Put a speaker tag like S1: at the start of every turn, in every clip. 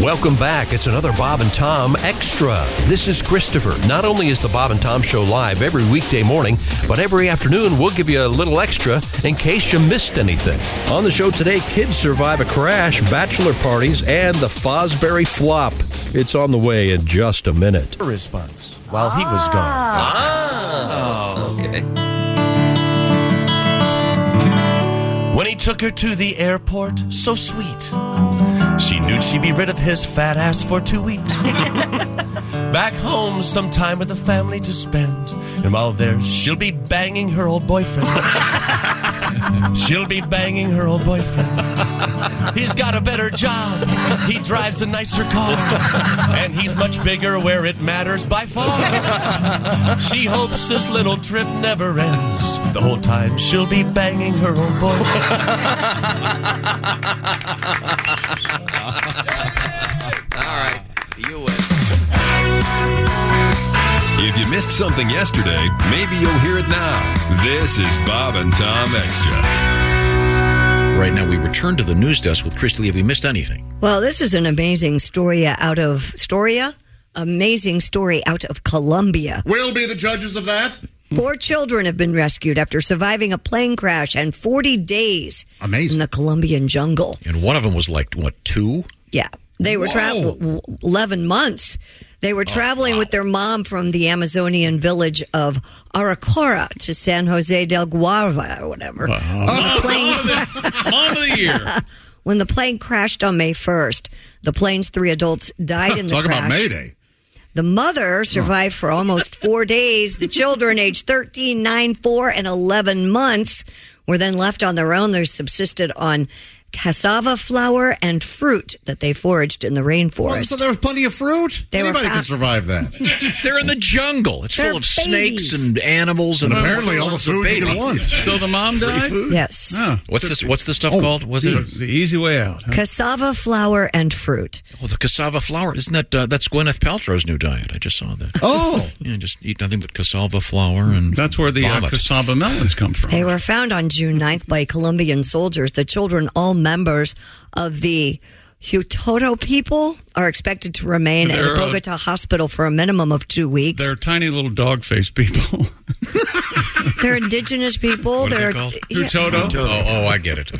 S1: Welcome back. It's another Bob and Tom Extra. This is Christopher. Not only is the Bob and Tom Show live every weekday morning, but every afternoon we'll give you a little extra in case you missed anything. On the show today, kids survive a crash, bachelor parties, and the Fosbury flop. It's on the way in just a minute.
S2: response while he was gone.
S3: Okay.
S2: When he took her to the airport, so sweet. She knew she'd be rid of his fat ass for two weeks. Back home, some time with the family to spend. And while there, she'll be banging her old boyfriend. she'll be banging her old boyfriend. He's got a better job. He drives a nicer car. And he's much bigger where it matters by far. She hopes this little trip never ends. The whole time she'll be banging her old boyfriend.
S3: All right. You win.
S4: If you missed something yesterday, maybe you'll hear it now. This is Bob and Tom Extra.
S5: Right now, we return to the news desk with Christy Lee. Have we missed anything?
S6: Well, this is an amazing story out of Storia. Amazing story out of Colombia.
S7: We'll be the judges of that.
S5: Hmm.
S6: Four children have been rescued after surviving a plane crash and 40 days in
S7: Amazing.
S6: the Colombian jungle.
S5: And one of them was like, what, two?
S6: Yeah. They were traveling 11 months. They were
S5: Oh,
S6: traveling with their mom from the Amazonian village of Aracora to San Jose del Guava or whatever. When the plane
S5: Uh-huh. Mom of the year.
S6: when the plane crashed on May 1st, the plane's three adults died in the
S7: Talk
S6: crash.
S7: about Mayday.
S6: The mother survived for almost four days. The children, aged 13, 9, 4, and 11 months, were then left on their own. They subsisted on cassava flour and fruit that they foraged in the
S7: Well,
S6: rainforest.
S7: Oh, so there was plenty of fruit.
S6: They were
S7: Anybody
S6: fat.
S7: could survive that.
S5: They're in the jungle. It's
S6: They're
S5: full of
S6: babies.
S5: snakes and animals, and
S7: Apparently, all the
S5: lots of
S7: food you
S5: babies.
S7: could want.
S8: So the mom died.
S6: yes.
S5: What's this? What's the
S8: Oh,
S5: stuff called? Was it?
S8: The easy way out. huh?
S6: Cassava flour and fruit.
S5: Oh, the cassava flour. Isn't that uh, that's Gwyneth Paltrow's new diet? I just saw that.
S7: Oh,
S5: Yeah, just eat nothing but cassava flour and
S8: That's where the uh,
S5: vomit.
S8: cassava melons come from.
S6: They were found on June 9th by Colombian soldiers. The children, all members of the Hutoto people, are expected to remain at
S8: They're,
S6: a
S8: uh,
S6: Bogota hospital for a minimum of two weeks.
S8: They're tiny little dog faced people.
S6: They're indigenous people.
S5: What are
S6: they're
S5: they called?
S6: Yeah.
S8: Toto.
S5: Oh, oh, I get it.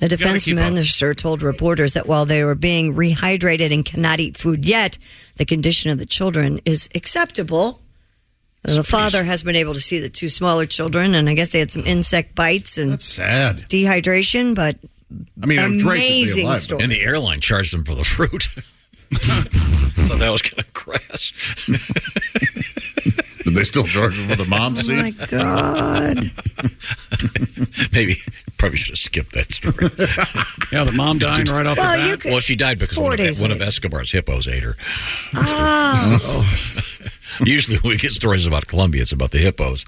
S6: the defense
S8: keep up.
S6: minister told reporters that while they were being rehydrated and cannot eat food yet, the condition of the children is acceptable. The father has been able to see the two smaller children, and I guess they had some insect bites and
S7: that's sad.
S6: dehydration. But
S7: I mean, I'm great to be
S6: amazing
S7: alive.
S6: story.
S5: And the airline charged them for the fruit. so that was kind of crass.
S7: Did they still charge them for the mom
S6: Oh my
S7: seat?
S6: God.
S5: Maybe probably should have skipped that story.
S8: Yeah, the mom dying right off the
S6: well,
S8: bat.
S6: you could.
S5: Well, she died because
S6: Four
S5: one of,
S6: days
S5: one of
S6: later.
S5: Escobar's hippos ate her.
S6: Ah,
S5: Usually, when we get stories about Colombia, it's about the hippos.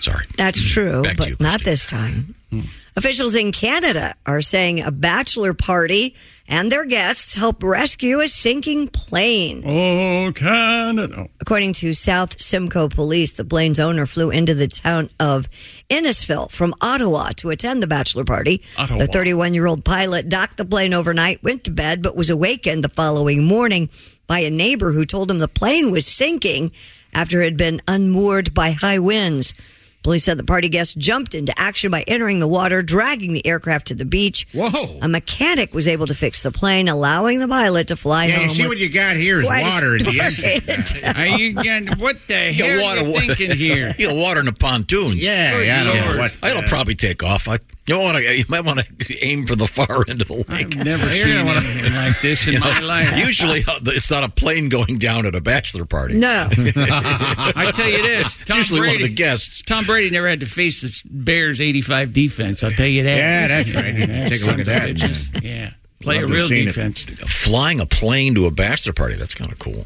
S5: Sorry.
S6: that's true,
S5: Back to
S6: but
S5: you,
S6: not
S5: Christine. Hmm.
S6: this time. Officials in Canada are saying a bachelor party and their guests help rescue a sinking plane.
S8: Oh, Canada.
S6: According to South Simcoe Police, the plane's owner flew into the town of Innisfil from Ottawa to attend the bachelor party.
S8: Ottawa.
S6: The 31 year old pilot docked the plane overnight, went to bed, but was awakened the following morning by a neighbor who told him the plane was sinking after it had been unmoored by high winds. Police said the party guests jumped into action by entering the water, dragging the aircraft to the beach.
S7: Whoa.
S6: A mechanic was able to fix the plane, allowing the pilot to fly home. with
S7: you got here is
S6: quite a story.
S9: Are you getting, what the hell
S5: Yeah,
S9: are you thinking here?
S5: You know, water in the pontoons.
S9: Yeah, yeah, I don't know what.
S5: It'll probably take off. I, you, want to, you might want to aim for the far end of the lake.
S9: I've never seen anything like this in my life.
S5: Usually, uh, it's not a plane going down at a bachelor party.
S6: No.
S9: I tell you this,
S5: It's
S9: Tom
S5: usually
S9: Brady.
S5: one of the guests.
S9: Tom Brady never had to face this Bears 85 defense. I'll tell you that.
S7: Yeah, that's right. Take a look at that.
S9: Bitches. Yeah. Play a
S7: Love to
S9: real
S7: have seen it.
S9: defense.
S5: Flying a plane to a bachelor party, that's kind of cool.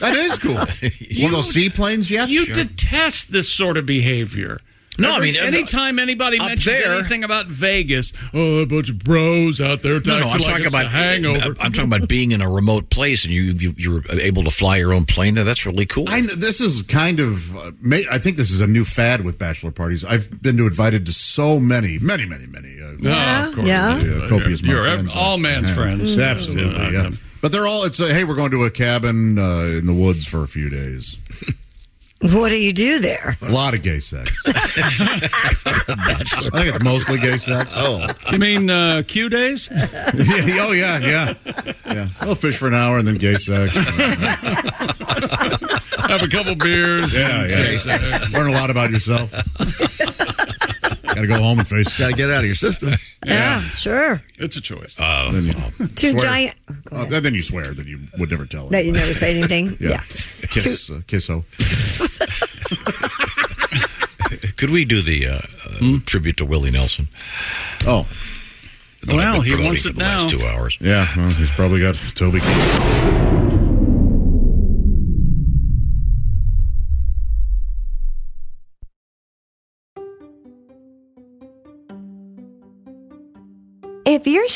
S7: That is cool. One of those seaplanes yet?
S9: You detest this sort of behavior.
S5: No, I mean,
S9: anytime anybody
S5: up
S9: mentions
S5: there-
S9: anything about Vegas, oh, a bunch of bros out there
S5: No,
S9: talking
S5: no, I'm
S9: like
S5: talking
S9: it's
S5: about
S9: a hangover.
S5: I'm talking about being in a remote place and you, you you're able to fly your own plane there. That's really cool.
S7: I kn- this is kind of. Uh, ma- I think this is a new fad with bachelor parties. I've been to invited to so many, many, many, many. Uh,
S9: No, Oh, of course.
S6: yeah. Mm-hmm.
S7: uh, copious my
S9: You're
S7: friends.
S9: all man's friends.
S7: Absolutely, yeah. But they're all, it's a, hey, we're going to a cabin uh, in the woods for a few days.
S6: What do you do there?
S7: A lot of gay sex. I think it's mostly gay sex. Oh.
S9: You mean uh, Q days?
S7: Yeah, yeah, oh, yeah, yeah. Yeah. We'll fish for an hour and then gay sex.
S9: Have a couple beers.
S7: Yeah, yeah. Learn a lot about yourself. Got to go home and face.
S10: Got to get it out of your system.
S6: Yeah, Oh, sure.
S9: It's a choice.
S7: Oh, Then you,
S6: Two
S7: swear-
S6: giant.
S7: Oh, then you swear that you would never tell.
S6: That you
S7: anybody.
S6: never say anything.
S7: Yeah.
S6: yeah.
S7: Kiss, uh, kiss oath.
S5: Could we do the uh, uh,
S4: Hmm?
S5: tribute to Willie Nelson?
S7: Oh,
S5: that I've
S9: Well,
S5: been
S9: he
S5: promoting
S9: wants
S5: for
S9: it
S5: the last
S9: now.
S5: two hours.
S7: yeah. Well, he's probably got Toby. Keith.
S11: If you're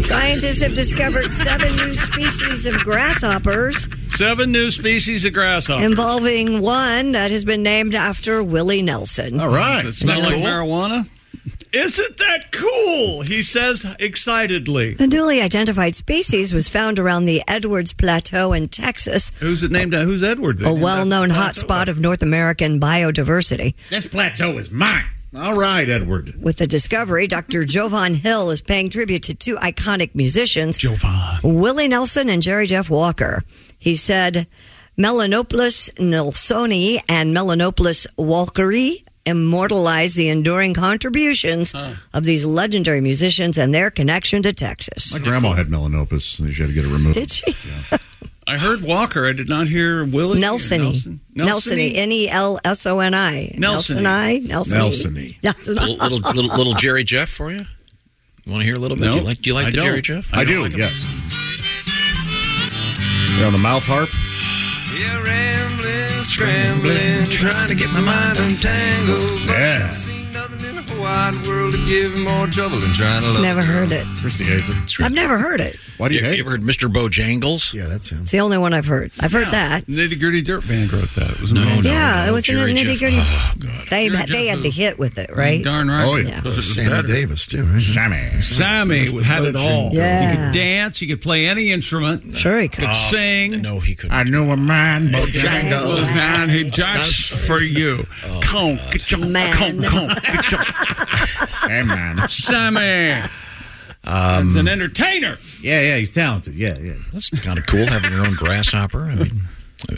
S6: Scientists have discovered seven new species of grasshoppers,
S9: Seven new species of
S7: Oh.
S9: grasshopper.
S6: involving one that has been named after Willie Nelson.
S7: All right.
S9: It smells like marijuana. Isn't that cool? He says excitedly.
S6: The newly identified species was found around the Edwards Plateau in Texas,
S9: Who's it named? Who's Edward?
S6: a well known hotspot of North American biodiversity.
S12: This plateau is mine.
S7: All right, Edward.
S6: With the discovery, Dr. Jovan Hill is paying tribute to two iconic musicians, Willie Nelson and Jerry Jeff Walker. He said, Melanopolis Nelsoni and Melanopolis Walkeri immortalize the enduring contributions of these legendary musicians and their connection to Texas.
S7: My grandma had melanopus. and She had to get it removed.
S6: Did she?
S9: I heard Walker. I did not hear Willie. or
S6: Nelsoni. Nelsoni. N E L S O N I. Nelsoni. Nelsoni.
S7: Nelsoni.
S5: Little,
S6: Nelsoni.
S5: little, little, little Jerry Jeff for you. You want to hear a little bit?
S9: No.
S5: Do you like, do you like
S9: I
S5: the
S9: don't.
S5: Jerry Jeff?
S7: I, do. yes. You know the mouth harp.
S3: Yeah, rambling, scrambling, trying to get my mind untangled. But
S7: Yeah.
S3: I've seen nothing in the wide world to give more trouble than trying to love.
S6: Never heard it.
S7: Christy hates it.
S6: I've never heard it.
S7: Why do you
S5: You,
S7: hate
S5: you ever
S7: it?
S5: heard Mr. Bojangles?
S10: Yeah, that's him.
S6: It's the only one I've heard. I've heard that.
S9: Nitty Gritty Dirt Band wrote that. It was amazing.
S5: no,
S6: Yeah,
S5: no,
S6: it was
S5: Jerry
S6: a nitty
S5: Jeff.
S6: gritty.
S5: Oh, God.
S6: They
S9: Jerry
S6: they
S9: Jeff
S6: had the
S9: was-
S6: hit with it, right?
S9: Darn right.
S7: Oh, yeah.
S9: Those are the
S10: Sammy
S9: better.
S10: Davis, too, right?
S7: Sammy.
S9: Sammy had it all.
S6: Yeah.
S9: You could dance. You could play any instrument.
S6: Sure, he
S9: You could
S6: could.
S9: sing.
S5: No, he couldn't.
S7: knew a man.
S9: Well, man, he danced for you. Conk, chonk,
S6: Man.
S9: conk, conk, chonk.
S7: Hey, man.
S9: Sammy. He's an entertainer.
S7: Yeah, yeah, he's talented. Yeah, yeah.
S5: That's kind of cool having your own grasshopper. I mean,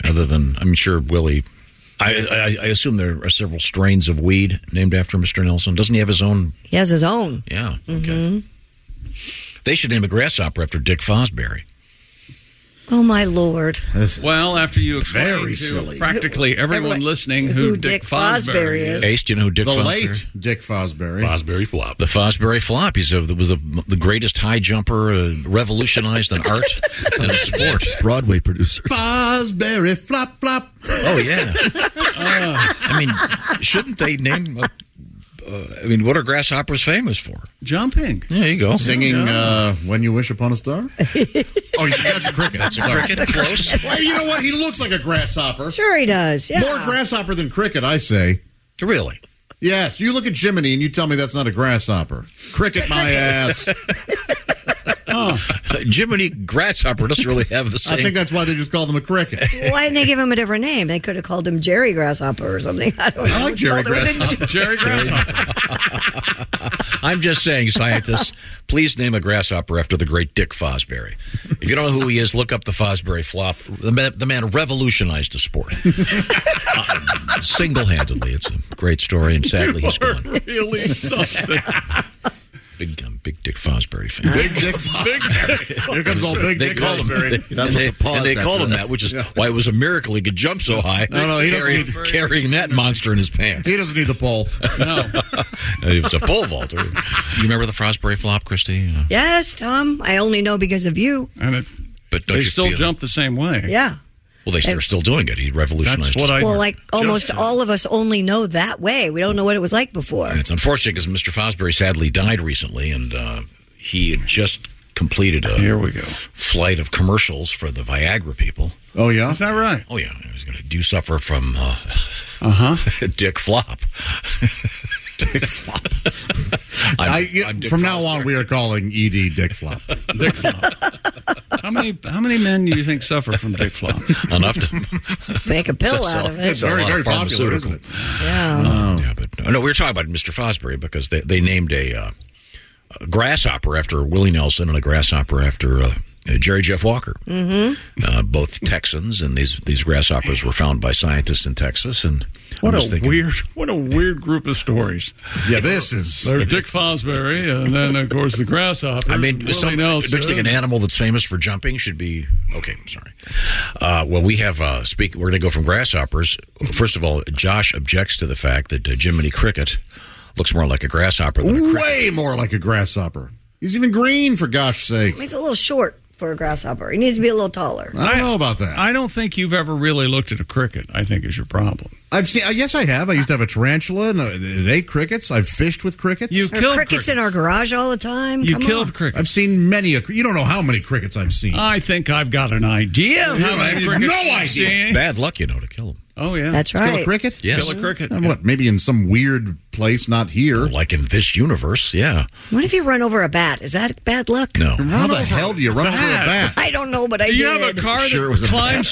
S5: other than I'm sure Willie. I, I, I assume there are several strains of weed named after Mr. Nelson. Doesn't he have his own?
S6: He has his own.
S5: Yeah. Okay. They should name a grasshopper after Dick Fosbury.
S6: Oh my lord!
S9: Well, after you explain
S7: Very
S9: to
S7: silly.
S9: practically everyone
S6: Everyone-
S9: listening who,
S6: who Dick
S9: Dick, Fosbury,
S6: Fosbury
S9: is.
S6: is.
S5: Ace, do you know who Dick
S7: The
S5: Fosbury?
S7: late Dick Fosbury.
S10: Fosbury flop.
S5: The Fosbury flop. He's a, was the, the greatest high jumper, uh, revolutionized an art and a sport.
S10: Broadway producer.
S7: Fosbury flop flop.
S5: Uh, Oh yeah. I mean, shouldn't they name a, uh, I mean, what are grasshoppers famous for?
S9: Jumping.
S5: There you go.
S7: Singing uh, "When You Wish Upon a Star." oh, that's a cricket.
S5: That's a
S7: Sorry.
S5: cricket. Close.
S7: Well, you know what? He looks like a grasshopper.
S6: Sure, he does. Yeah.
S7: More grasshopper than cricket, I say.
S5: Really?
S7: Yes. You look at Jiminy and you tell me that's not a grasshopper. Cricket, my ass.
S5: Uh, Jiminy grasshopper doesn't really have the same.
S7: I think that's why they just called him a cricket.
S6: Why didn't they give him a different name? They could have called him Jerry Grasshopper or something. I don't know.
S7: I like Jerry
S5: Grasshopper.
S9: Jerry Grasshopper.
S5: I'm just saying, scientists, please name a grasshopper after the great Dick Fosbury. If you don't know who he is, look up the Fosbury flop. The man, the man revolutionized the sport uh, single handedly. It's a great story, and sadly, he's gone.
S9: really something.
S5: Big, um, big Dick Fosbury fan.
S7: Big Dick Fosbury. Here comes old Big Dick
S5: him-
S7: Fosbury.
S5: they- and they, and they called him that, which is why it was a miracle he could jump so high.
S7: No, no, he doesn't
S5: carrying,
S7: need the-
S5: carrying that monster in his pants.
S7: He doesn't need the pole.
S5: It was a pole vaulter. You remember the Fosbury flop, Christy? Uh,
S6: Yes, Tom. I only know because of you.
S9: And it,
S5: But don't
S9: they
S5: you
S9: still
S5: feel-
S9: jump the same way.
S6: Yeah.
S5: Well, they, they're still doing it. He revolutionized.
S9: That's what
S5: the
S9: I-
S5: sport.
S6: Well, like almost all of us only know that way. We don't know what it was like before.
S5: And it's unfortunate because Mr. Fosbury sadly died recently, and uh, he had just completed a
S9: Here we go.
S5: flight of commercials for the Viagra people.
S7: Oh yeah.
S9: Is that right?
S5: Oh yeah, he was going to do suffer from uh,
S9: Uh huh.
S5: Dick Flop.
S7: Uh-huh. Dick Flop.
S5: I'm-
S7: I, yeah,
S5: I'm Dick
S7: from now
S5: Fosbury.
S7: on, we are calling Ed Dick Flop.
S9: Dick flop. How many how many men do you think suffer from dick flop?
S5: enough to
S6: Make a pill
S5: That's
S6: out
S5: all.
S6: of
S7: It's
S6: it.
S5: a
S7: very,
S5: lot of
S7: very popular,
S5: pharmaceutical.
S7: isn't it?
S6: Yeah.
S5: Yeah, but uh, no, we were talking about Mr. Fosbury because they, they named a, uh, a grasshopper after Willie Nelson and a grasshopper after uh, Jerry Jeff Walker. Mm-hmm. Uh, both Texans, and these these grasshoppers were found by scientists in Texas. And I'm
S9: What a
S5: just thinking,
S9: weird what a weird group of stories.
S7: Yeah, this is.
S9: There's Dick Fosbury, and then of course the grasshopper.
S5: I mean,
S9: Willie
S5: some,
S9: Nelson.
S5: don't you think an animal that's famous for jumping should be okay? I'm sorry. Uh, well, we have uh, speak. We're going to go from grasshoppers. First of all, Josh objects to the fact that uh, Jiminy Cricket looks more like a grasshopper than a cricket.
S7: way more like a grasshopper. He's even green, for gosh sake.
S9: Uh.
S6: He's a little short for a grasshopper. He needs to be a little taller.
S7: I don't know about that.
S9: I don't think you've ever really looked at a cricket. I think is your problem.
S7: I've seen. uh, Yes, I have. I used to have a tarantula and uh, it ate crickets. I've fished with crickets.
S9: You
S6: There are
S9: killed
S6: crickets in our
S9: crickets.
S6: garage all the time.
S9: You
S6: Come
S9: killed
S6: on.
S9: crickets.
S7: I've seen many. A, cr- you don't know how many crickets I've seen.
S9: I think I've got an idea. of
S7: You
S9: how many
S7: have
S9: crickets
S7: no
S9: you've
S7: idea.
S9: seen.
S5: Bad luck, you know, to kill him.
S9: Oh yeah,
S6: That's
S7: Kill
S6: right.
S7: a cricket?
S5: Yes.
S9: Kill a cricket.
S7: Uh, What? Maybe in some weird place, not here.
S5: Like in this universe, yeah.
S6: What if you run over a bat? Is that bad luck?
S5: No.
S7: How the hell do you run over a
S9: bat.
S7: bat?
S6: I don't know, but I
S9: Do you have
S6: did.
S9: a car
S5: Sure it was a
S9: that climbs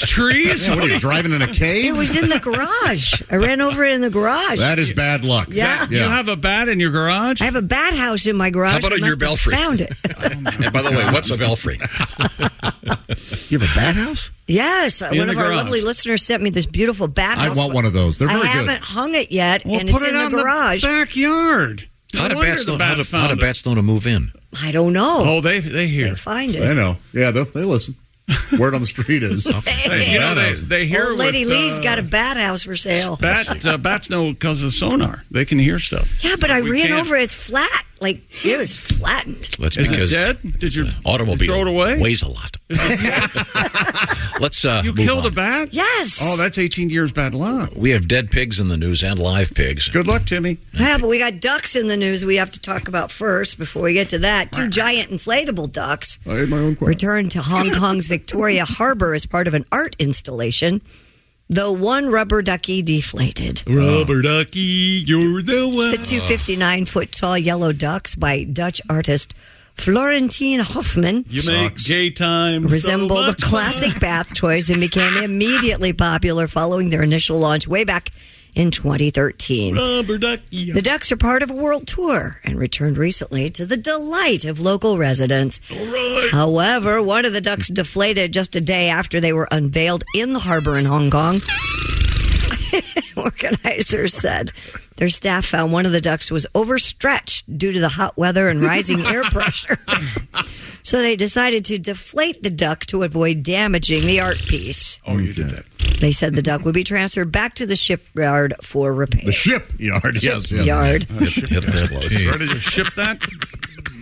S9: trees?
S7: Yeah, what are you driving in a
S6: It
S7: cave?
S6: was in the garage. I ran over it in the garage.
S7: that is bad luck.
S6: Yeah.
S9: You have a bat in your garage?
S6: I have a bat house in my garage.
S5: How about
S6: I
S5: in your
S6: must have
S5: belfry?
S6: Found it.
S5: And by the way, what's a belfry?
S13: You have a bat house?
S6: Yes, one
S9: the
S6: of our
S9: garage.
S6: lovely listeners sent me this beautiful bat
S7: I
S6: house.
S7: want one of those. They're
S6: I
S7: very good.
S6: haven't hung it yet,
S9: Well,
S6: and
S9: put
S6: it's
S9: it
S6: in
S9: out
S6: the garage.
S9: backyard. No
S5: How do,
S9: wonder
S5: bats
S9: the
S5: know,
S9: bat
S5: how, do, how
S9: found
S5: do
S9: it.
S5: bats know to move in?
S6: I don't know.
S9: Oh, they they hear.
S6: they find
S7: I
S6: it.
S7: know. Yeah, they, they listen. Word on the street is.
S9: They, you know, they,
S7: Bat
S9: they hear.
S6: Old Lady
S9: with,
S6: Lee's
S9: uh,
S6: got a bat house for sale.
S9: bat. Uh, bats know because of sonar. They can hear stuff.
S6: yeah, but I
S9: we
S6: ran
S9: can't-
S6: over. It's flat. Like it was flattened.
S5: That's
S9: Is
S5: because
S9: it dead? Did your
S5: uh, automobile
S9: you throw it away?
S5: weighs a lot. Let's uh,
S9: you
S5: move
S9: killed
S5: on.
S9: a bat?
S6: Yes.
S9: Oh, that's 18 years bad luck.
S5: We have dead pigs in the news and live pigs.
S9: Good luck, Timmy.
S6: Yeah, but we got ducks in the news we have to talk about first before we get to that. Two giant inflatable ducks
S7: I ate my own crap.
S6: returned to Hong Kong's Victoria Harbor as part of an art installation, though one rubber ducky deflated.
S9: Rubber ducky, you're the
S6: The
S9: one.
S6: two 59 foot tall yellow ducks by Dutch artist Florentine Hoffman
S9: You make gay time
S6: resemble
S9: so
S6: the
S9: much
S6: classic bath toys and became immediately popular following their initial launch way back in 2013.
S9: fun. Rubber ducky.
S6: The Ducks are part of a world tour and returned recently to the delight of local residents. However, one of the ducks deflated just a day after they were unveiled in the harbor in Hong Kong. Organizers said their staff found one of the ducks was overstretched due to the hot weather and rising air pressure. So they decided to deflate the duck to avoid damaging the art piece.
S9: Oh, you did that.
S6: They said the duck would be transferred back to the shipyard for repair.
S7: The ship yard. yes, yes.
S6: yard.
S9: Oh,
S5: Hit- hit that close.
S9: Ready to ship that?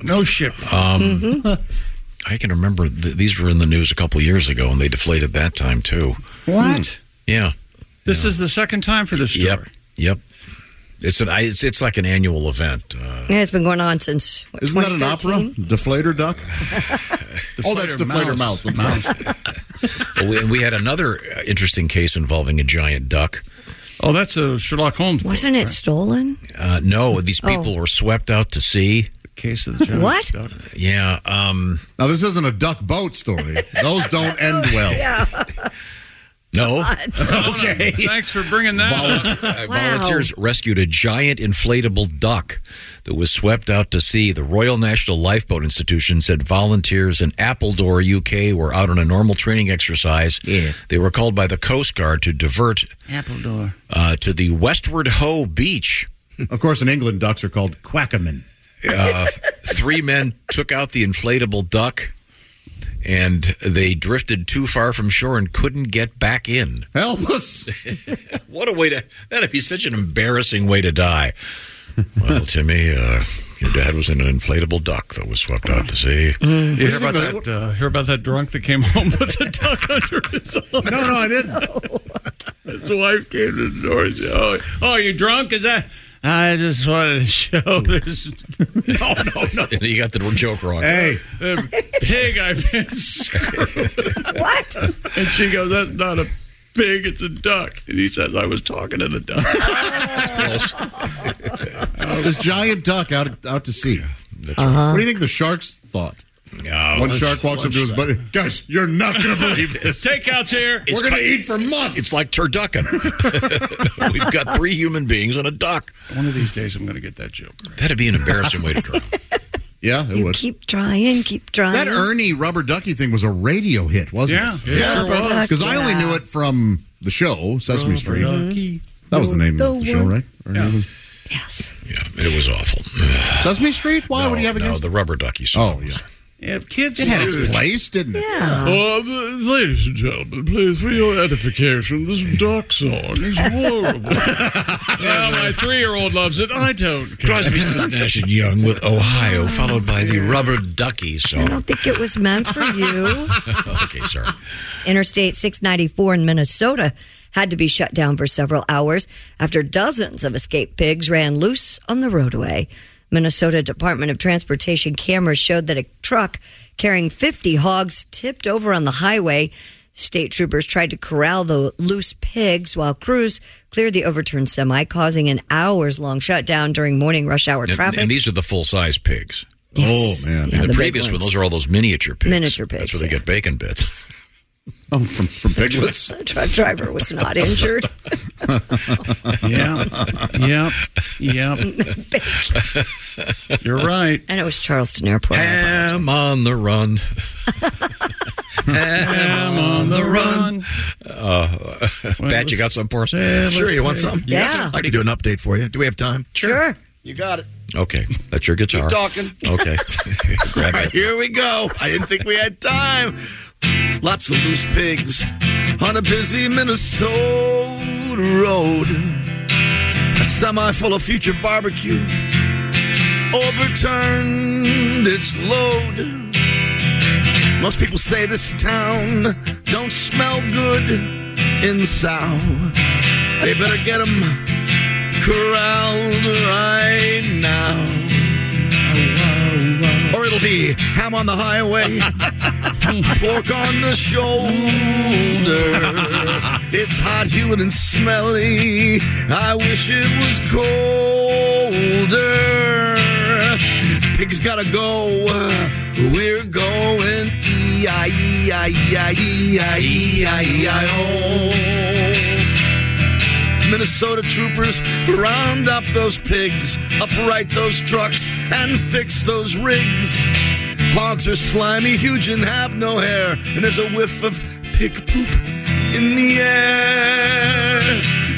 S9: No ship.
S5: I can remember th- these were in the news a couple years ago, and they deflated that time too.
S9: What?
S5: Yeah.
S9: This is the second time for this story.
S5: Yep. Yep. It's an I- it's, it's like an annual event. uh,
S6: Yeah, it's been going on since. What,
S7: Isn't that an
S6: 2013?
S7: opera? Deflator Duck? oh, that's Deflator Mouse. I'm sorry.
S5: And we, and we had another uh, interesting case involving a giant duck.
S12: Oh, that's a Sherlock Holmes.
S6: Wasn't it stolen?
S5: Uh, no, these
S6: Oh.
S5: people were swept out to sea.
S12: Case of
S6: the giant What?
S12: duck.
S5: Yeah. Um,
S7: now this isn't a duck boat story. Those don't end well.
S5: No.
S12: okay. Thanks for bringing that up.
S5: Uh, Volunteers rescued a giant inflatable duck that was swept out to sea. The Royal National Lifeboat Institution said volunteers in Appledore, UK, were out on a normal training exercise. They were called by the Coast Guard to divert
S12: Appledore.
S5: uh, to the Westward Ho Beach.
S7: Of course, in England, ducks are called quackamen.
S5: Uh, three men took out the inflatable duck. And they drifted too far from shore and couldn't get back in.
S7: Help us!
S5: what a way to that'd be such an embarrassing way to die. Well, Timmy, uh, your dad was in an inflatable duck that was swept out to sea.
S12: You hear about that? Uh, hear about that drunk that came home with a duck under his arm?
S7: No, no, I didn't.
S12: His wife came to the door. and said, Oh, oh, you drunk? Is that? I just wanted to show this.
S7: no, no, no.
S5: You got the joke wrong.
S7: Hey,
S12: uh, pig! I've been screwed.
S6: what?
S12: And she goes, "That's not a pig. It's a duck." And he says, "I was talking to the duck."
S7: this giant duck out out to sea.
S12: right.
S7: What do you think the sharks thought? One shark walks up to his buddy. Guys, you're not going to believe this.
S12: Takeouts here.
S7: We're going to eat for months.
S5: It's like turducken. We've got three human beings on a duck.
S12: One of these days, I'm going to get that joke.
S5: That'd be an embarrassing way to drown.
S7: Yeah, it was.
S6: Keep trying, keep trying.
S7: That Ernie rubber ducky thing was a radio hit, wasn't
S12: Yeah,
S7: it?
S12: it Yeah, sure rubber was. duck,
S7: Because I only
S12: yeah.
S7: knew it from the show Sesame Street.
S12: ducky.
S7: That was the name of the show, right? Ernie was-
S6: Yes.
S5: Yeah, it was awful.
S7: Sesame Street? Why?
S5: No,
S7: would do you have
S5: no,
S7: against
S5: the rubber ducky song.
S7: Oh, yeah.
S12: Yeah, kids.
S7: It had
S12: lose.
S7: its place, didn't it?
S12: Oh, um, ladies and gentlemen, please, for your edification, this duck song is horrible. well, my three-year-old loves it. I don't.
S5: Crosby, Stills, Nash and Young with Ohio, followed by the rubber ducky song.
S6: I think it was meant for you.
S5: okay, sorry.
S6: Interstate 694 in Minnesota had to be shut down for several hours after dozens of escaped pigs ran loose on the roadway. Minnesota Department of Transportation cameras showed that a truck carrying 50 hogs tipped over on the highway. State troopers tried to corral the loose pigs while crews cleared the overturned semi, causing an hours long shutdown during morning rush hour
S5: And,
S6: traffic.
S5: and these are the full size pigs.
S6: Yes.
S5: Oh man!
S6: Yeah,
S5: the,
S6: the big
S5: previous one,
S6: ones.
S5: those are all those miniature pigs.
S6: Miniature
S5: That's
S6: pigs,
S5: where they get bacon bits.
S7: Oh, from, from piglets?
S6: the truck driver was not injured.
S12: Yeah. Yep. Yep. You're right.
S6: And it was Charleston Airport.
S5: Ham on the run.
S12: Ham on the run.
S5: Uh, Pat, you got some for us?
S2: Sure, you want some?
S6: Yeah. Yeah.
S2: I can do an update for you. Do we have time?
S6: Sure.
S2: You got it.
S5: Okay, that's your guitar.
S2: Keep talking.
S5: Okay. Grab
S2: All right,
S5: it.
S2: here we go. I didn't think we had time. Lots of loose pigs on a busy Minnesota road. A semi full of future barbecue overturned its load. Most people say this town don't smell good in sow. They better get 'em corralled right now or it'll be ham on the highway, pork on the shoulder. It's hot, humid, and smelly. I wish it was colder. Pig's gotta go. We're going E E-I-E-I-E-I-E-I-E-I-O. Minnesota troopers round up those pigs, upright those trucks, and fix those rigs. Hogs are slimy, huge, and have no hair, and there's a whiff of pig poop in the air.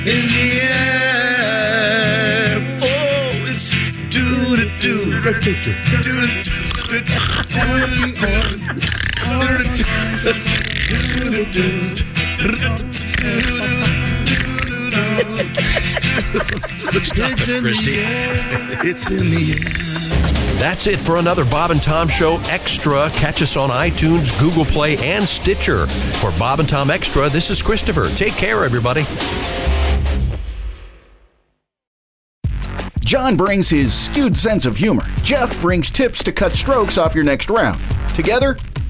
S2: In the air. Oh, it's doo doo doo doo doo doo doo doo
S5: Stop it, Christy.
S2: It's in the air.
S1: That's it for another Bob and Tom Show Extra. Catch us on iTunes, Google Play, and Stitcher. For Bob and Tom Extra, this is Christopher. Take care, everybody.
S13: John brings his skewed sense of humor. Jeff brings tips to cut strokes off your next round. Together,